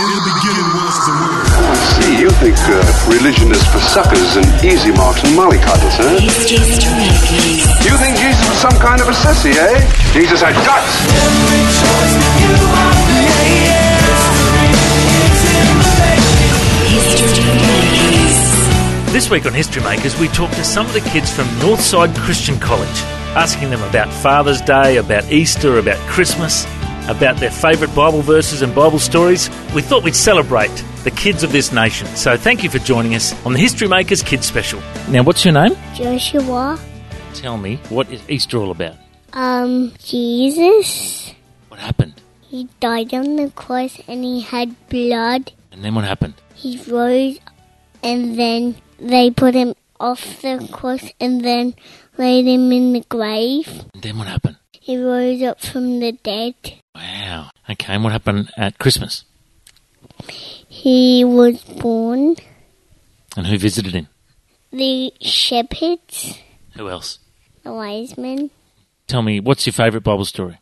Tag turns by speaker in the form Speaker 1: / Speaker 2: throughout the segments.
Speaker 1: In the beginning was the Word.
Speaker 2: I see. You think uh, religion is for suckers and easy marks and mollycoddles, huh?
Speaker 3: It's just reckless.
Speaker 2: You think Jesus was some kind of a sissy, eh? Jesus had guts.
Speaker 3: History makers.
Speaker 4: This week on History Makers, we talked to some of the kids from Northside Christian College, asking them about Father's Day, about Easter, about Christmas, about their favourite Bible verses and Bible stories. We thought we'd celebrate the kids of this nation. So thank you for joining us on the History Makers Kids Special. Now, what's your name?
Speaker 5: Joshua,
Speaker 4: Tell me, what is Easter all about?
Speaker 5: um, Jesus,
Speaker 4: What happened?
Speaker 5: he died on the cross and he had blood.
Speaker 4: And then what happened?
Speaker 5: He rose and then they put him off the cross and then laid him in the grave.
Speaker 4: And then what happened?
Speaker 5: He rose up from the dead.
Speaker 4: Wow. Okay, and what happened at Christmas?
Speaker 5: He was born.
Speaker 4: And who visited him?
Speaker 5: The shepherds,
Speaker 4: Who else?
Speaker 5: the wise men,
Speaker 4: Tell me, what's your favourite Bible story?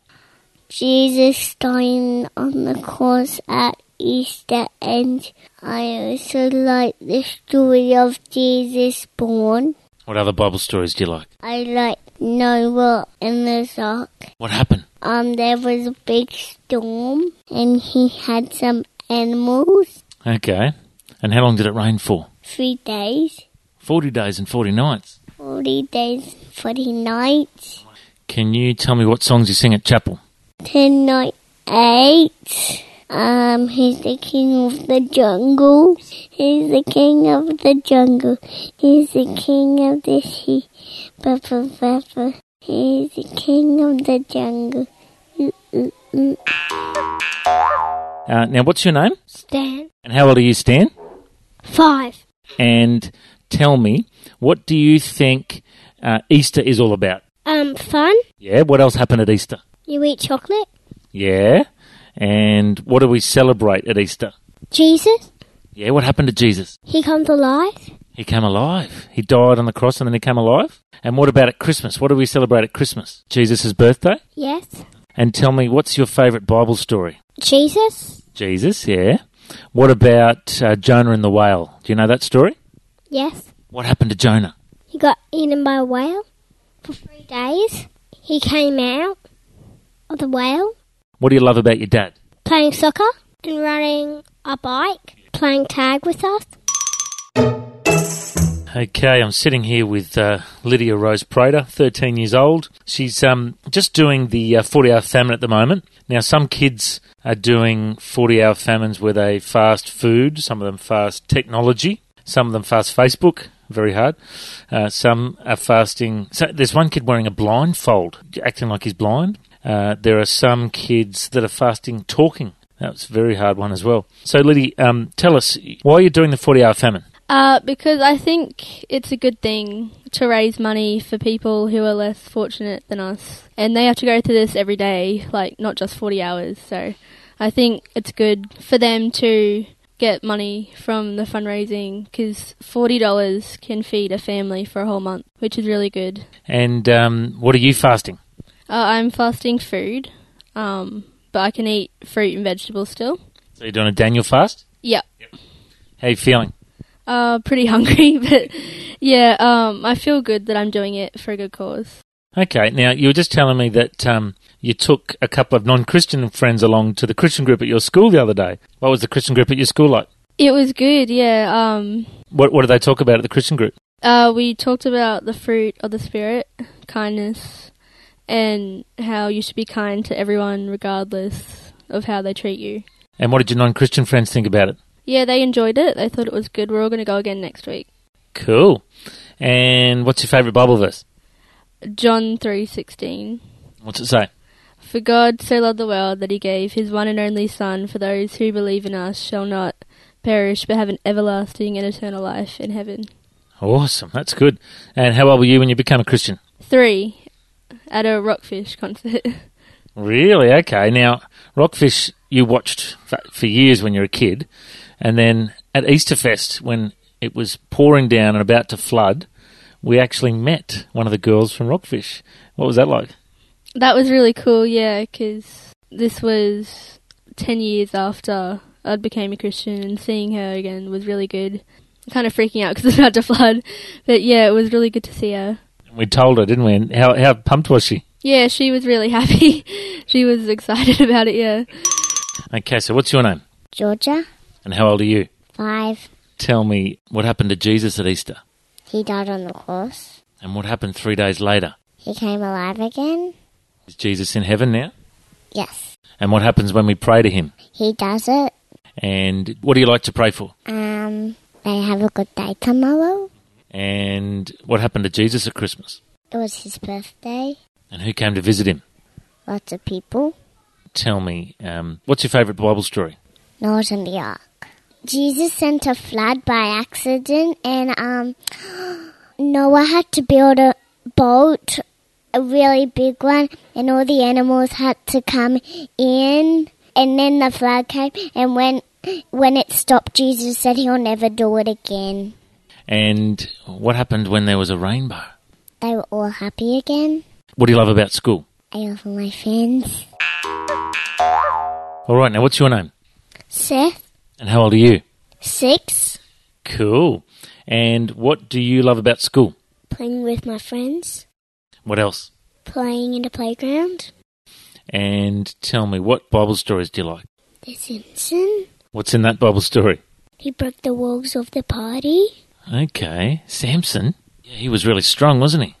Speaker 5: Jesus dying on the cross at Easter, and I also like the story of Jesus born.
Speaker 4: What other Bible stories do you like?
Speaker 5: I like Noah and the ark.
Speaker 4: What happened?
Speaker 5: Um, there was a big storm, and he had some animals.
Speaker 4: Okay. And how long did it rain for?
Speaker 5: Three days,
Speaker 4: 40 days and 40 nights.
Speaker 5: forty days, forty nights.
Speaker 4: Can you tell me what songs you sing at chapel?
Speaker 5: Ten night eight. Um, he's the king of the jungle. He's the king of the jungle. He's the king of the sea. Pepper, pepper. He's the king of the jungle. Mm, Ooh, ooh, ooh.
Speaker 4: Uh, now, what's your name?
Speaker 5: Stand
Speaker 4: And how old are you, Stan?
Speaker 5: five.
Speaker 4: And tell me, what do you think uh, Easter is all about?
Speaker 5: Um, fun.
Speaker 4: Yeah, what else happened at Easter?
Speaker 5: You eat chocolate.
Speaker 4: Yeah. And what do we celebrate at Easter?
Speaker 5: Jesus.
Speaker 4: Yeah, what happened to Jesus?
Speaker 5: He comes alive.
Speaker 4: He came alive. He died on the cross and then he came alive. And what about at Christmas? What do we celebrate at Christmas? Jesus' birthday?
Speaker 5: Yes.
Speaker 4: And tell me, what's your favourite Bible story?
Speaker 5: Jesus.
Speaker 4: Jesus, yeah. What about uh, Jonah and the whale? Do you know that story?
Speaker 5: Yes.
Speaker 4: What happened to Jonah?
Speaker 5: He got eaten by a whale for three days. He came out of the whale
Speaker 4: What do you love about your dad?
Speaker 5: playing soccer and running a bike, playing tag with us.
Speaker 4: Okay, I'm sitting here with uh, Lydia Rose Prater, 13 years old. She's um, just doing the uh, 40 hour famine at the moment. Now, some kids are doing 40 hour famines where they fast food, some of them fast technology, some of them fast Facebook, very hard. Uh, some are fasting. So there's one kid wearing a blindfold, acting like he's blind. Uh, there are some kids that are fasting talking. That's a very hard one as well. So, Lydia, um, tell us why you're doing the 40 hour famine.
Speaker 6: Uh, because I think it's a good thing to raise money for people who are less fortunate than us, and they have to go through this every day, like not just 40 hours. So I think it's good for them to get money from the fundraising because $40 can feed a family for a whole month, which is really good.
Speaker 4: And um, what are you fasting?
Speaker 6: Uh, I'm fasting food, um, but I can eat fruit and vegetables still.
Speaker 4: So you're doing a Daniel fast?
Speaker 6: Yeah.
Speaker 4: How you feeling?
Speaker 6: Uh, pretty hungry, but yeah, um, I feel good that I'm doing it for a good cause.
Speaker 4: Okay. Now you were just telling me that um, you took a couple of non-Christian friends along to the Christian group at your school the other day. What was the Christian group at your school like?
Speaker 6: It was good, yeah. Um,
Speaker 4: What What did they talk about at the Christian group?
Speaker 6: uh, we talked about the fruit of the spirit, kindness, and how you should be kind to everyone regardless of how they treat you.
Speaker 4: And what did your non-Christian friends think about it?
Speaker 6: Yeah, they enjoyed it. They thought it was good. We're all going to go again next week.
Speaker 4: Cool. And what's your favourite Bible verse?
Speaker 6: John 3:16.
Speaker 4: What's it say?
Speaker 6: For God so loved the world that he gave his one and only son for those who believe in us shall not perish but have an everlasting and eternal life in heaven.
Speaker 4: Awesome. That's good. And how old were you when you became a Christian?
Speaker 6: 3 at a rockfish concert.
Speaker 4: Really? Okay. Now, Rockfish, you watched for, for years when you were a kid, and then at Easterfest, when it was pouring down and about to flood, we actually met one of the girls from Rockfish. What was that like?
Speaker 6: That was really cool, yeah, because this was 10 years after I became a Christian, and seeing her again was really good. Kind of freaking out because it's about to flood, but yeah, it was really good to see her.
Speaker 4: We told her, didn't we? And how, how pumped was she?
Speaker 6: Yeah, she was really happy. she was excited about it. Yeah.
Speaker 4: Okay, so what's your name?
Speaker 5: Georgia,
Speaker 4: And how old are you?
Speaker 5: five.
Speaker 4: Tell me what happened to Jesus at Easter
Speaker 5: He died on the cross.
Speaker 4: and what happened three days later.
Speaker 5: He came alive again.
Speaker 4: Is Jesus in heaven now?
Speaker 5: Yes,
Speaker 4: And what happens when we pray to him?
Speaker 5: he does it.
Speaker 4: And what do you like to pray for?
Speaker 5: Um, they have a good day tomorrow.
Speaker 4: And what happened to Jesus at Christmas?
Speaker 5: It was his birthday.
Speaker 4: And who came to visit him?
Speaker 5: Lots of people.
Speaker 4: Tell me, um, what's your favourite Bible story?
Speaker 5: Noah's in the ark. Jesus sent a flood by accident, and um, Noah had to build a boat, a really big one, and all the animals had to come in. And then the flood came, and when when it stopped, Jesus said he'll never do it again.
Speaker 4: And what happened when there was a rainbow?
Speaker 5: They were all happy again.
Speaker 4: What do you love about school?
Speaker 5: I love all my friends.
Speaker 4: All right, now what's your name?
Speaker 5: Seth,
Speaker 4: And how old are you?
Speaker 5: six,
Speaker 4: Cool. And what do you love about school?
Speaker 5: playing with my friends,
Speaker 4: What else?
Speaker 5: playing in the playground.
Speaker 4: And tell me, what Bible stories do you like?
Speaker 5: The Simpson.
Speaker 4: What's in that Bible story?
Speaker 5: He broke the walls of the party.
Speaker 4: Okay, Samson. Yeah, he was really strong, wasn't he?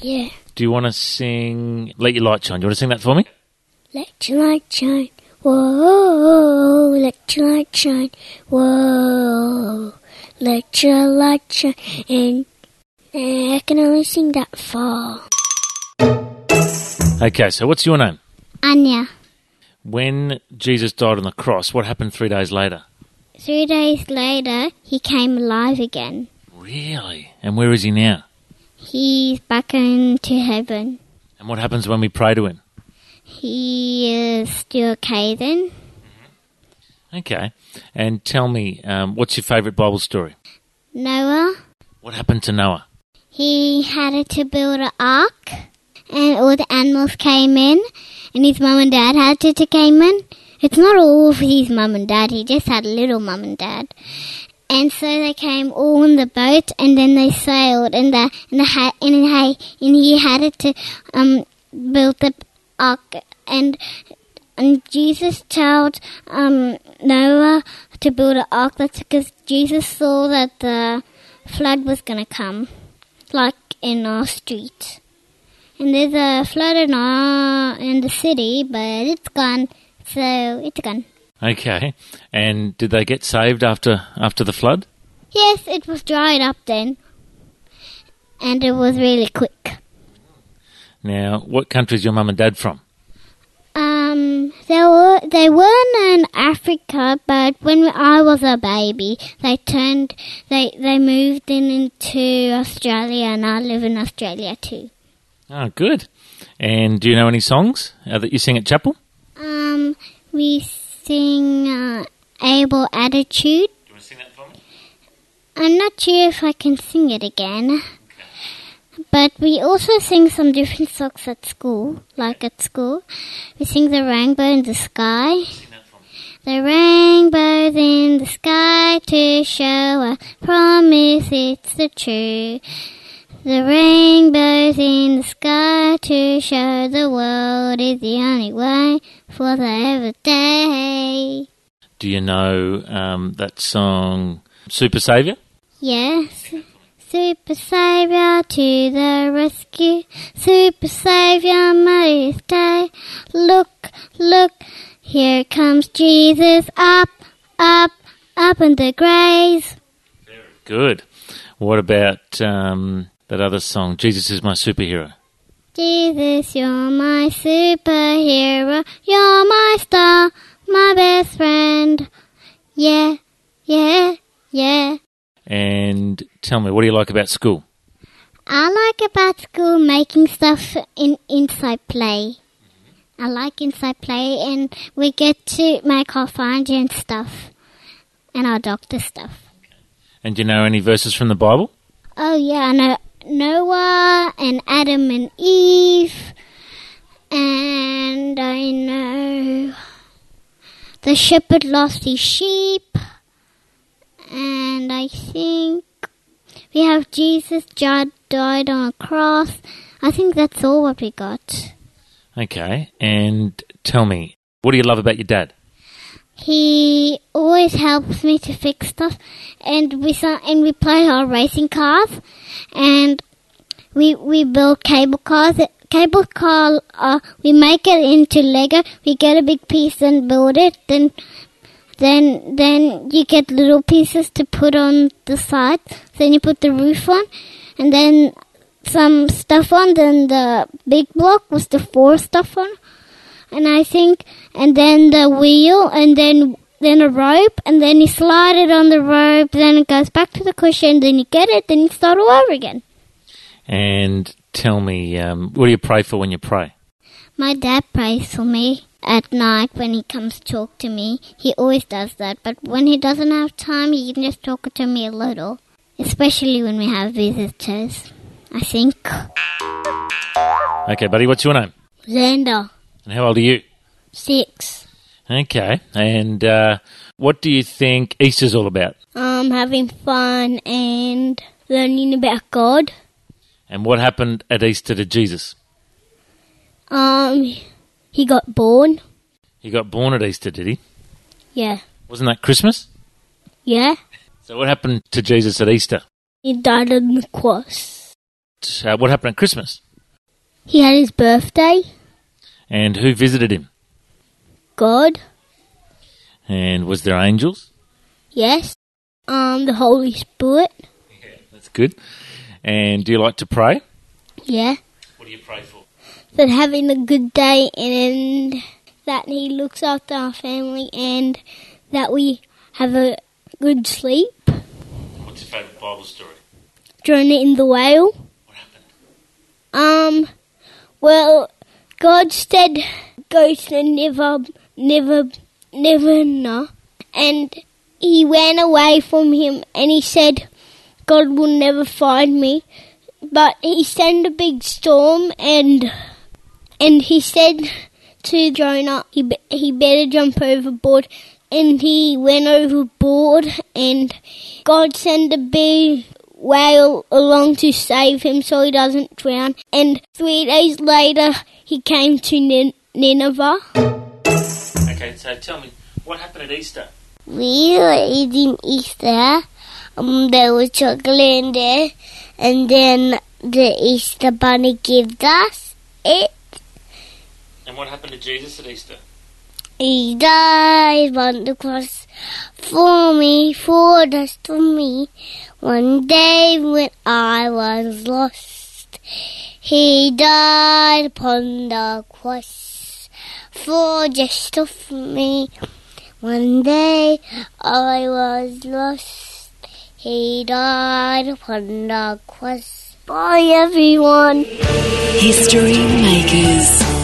Speaker 5: Yeah.
Speaker 4: Do you want to sing Let Your Light Shine? Do you want to sing that for me?
Speaker 5: Let your light shine. Whoa. Let your light shine. Whoa. Let your light shine. And and I can only sing that far.
Speaker 4: Okay, so what's your name?
Speaker 5: Anya.
Speaker 4: When Jesus died on the cross, what happened three days later?
Speaker 5: Three days later, he came alive again.
Speaker 4: Really? And where is he now?
Speaker 5: He's back into heaven.
Speaker 4: And what happens when we pray to him?
Speaker 5: He is still okay then.
Speaker 4: Okay. And tell me, um, what's your favourite Bible story?
Speaker 5: Noah.
Speaker 4: What happened to Noah?
Speaker 5: He had it to build an ark, and all the animals came in, and his mum and dad had to, to came in. It's not all of his mum and dad; he just had little mum and dad. And so they came all in the boat, and then they sailed, and the and the ha- and he and he had it to um build the ark, and and Jesus told um Noah to build an ark. That's because Jesus saw that the flood was gonna come like in our street. And there's a flood in our in the city, but it's gone. So it's gone.
Speaker 4: Okay. And did they get saved after after the flood?
Speaker 5: Yes, it was dried up then, and it was really quick.
Speaker 4: Now, what country's your mum and dad from?
Speaker 5: Um, they were they weren't in Africa, but when I was a baby, they turned they they moved in into Australia, and I live in Australia too.
Speaker 4: Oh, good. And do you know any songs uh, that you sing at chapel?
Speaker 5: Um, we sing uh, "Able Attitude."
Speaker 4: Do you want to sing that for me?
Speaker 5: I'm not sure if I can sing it again. But we also sing some different songs at school, like at school. We sing the rainbow in the sky. The rainbow's in the sky to show a promise it's the truth. The rainbow's in the sky to show the world is the only way for the every day.
Speaker 4: Do you know um, that song Super Savior?
Speaker 5: Yes. Super Savior to the rescue. Super Savior, Mother's Day. Look, look, here comes Jesus up, up, up in the graves.
Speaker 4: Good. What about um, that other song, Jesus is My Superhero?
Speaker 5: Jesus, you're my superhero. You're my star, my best friend. Yeah, yeah, yeah.
Speaker 4: And tell me, what do you like about school?
Speaker 5: I like about school making stuff in inside play. I like inside play, and we get to make our find and stuff, and our doctor stuff.
Speaker 4: And do you know any verses from the Bible?
Speaker 5: Oh yeah, I know Noah and Adam and Eve, and I know The shepherd lost his sheep. And I think we have Jesus Jud died on a cross. I think that's all what we got.
Speaker 4: Okay, and tell me, what do you love about your dad?
Speaker 5: He always helps me to fix stuff, and we saw, and we play our racing cars, and we we build cable cars. Cable car, uh, we make it into Lego. We get a big piece and build it. Then, then, then you get little pieces to put on the sides. Then you put the roof on, and then some stuff on. Then the big block was the four stuff on and I think, and then the wheel, and then then a rope, and then you slide it on the rope, then it goes back to the cushion, then you get it, then you start all over again.
Speaker 4: And tell me, um, what do you pray for when you pray?
Speaker 5: My dad prays for me at night when he comes to talk to me. He always does that, but when he doesn't have time, he can just talk to me a little, especially when we have visitors. I think.
Speaker 4: Okay, buddy, what's your name?
Speaker 5: Xander,
Speaker 4: And how old are you?
Speaker 5: six.
Speaker 4: Okay, and uh, what do you think Easter's all about?
Speaker 5: Um, having fun and learning about God.
Speaker 4: And what happened at Easter to Jesus?
Speaker 5: Um, he got born.
Speaker 4: He got born at Easter, did he?
Speaker 5: Yeah.
Speaker 4: Wasn't that Christmas?
Speaker 5: Yeah.
Speaker 4: So what happened to Jesus at Easter?
Speaker 5: He died on the cross.
Speaker 4: Uh, what happened at Christmas?
Speaker 5: He had his birthday.
Speaker 4: And who visited him?
Speaker 5: God.
Speaker 4: And was there angels?
Speaker 5: Yes. Um, the Holy Spirit.
Speaker 4: That's good. And do you like to pray?
Speaker 5: Yeah.
Speaker 4: What do you pray for?
Speaker 5: That having a good day and that he looks after our family and that we have a good sleep.
Speaker 4: What's your favourite Bible story?
Speaker 5: Jonah in the whale.
Speaker 4: What happened?
Speaker 5: Um, well, God said, go to the never, never, never, no. And he ran away from him and he said, God will never find me. But he sent a big storm and, and he said to Jonah, he, be- he better jump overboard. And he went overboard and God sent a big whale along to save him so he doesn't drown. And three days later, he came to Nin- Nineveh.
Speaker 4: Okay, so tell me, what happened at Easter?
Speaker 5: We were eating Easter. Um, there was chocolate in there, and then the Easter bunny gave us it.
Speaker 4: And what happened to Jesus at Easter?
Speaker 5: He died on the cross for me, for us, for me. One day when I was lost, he died upon the cross for just of me. One day I was lost, he died upon the cross. Bye everyone.
Speaker 3: History Makers.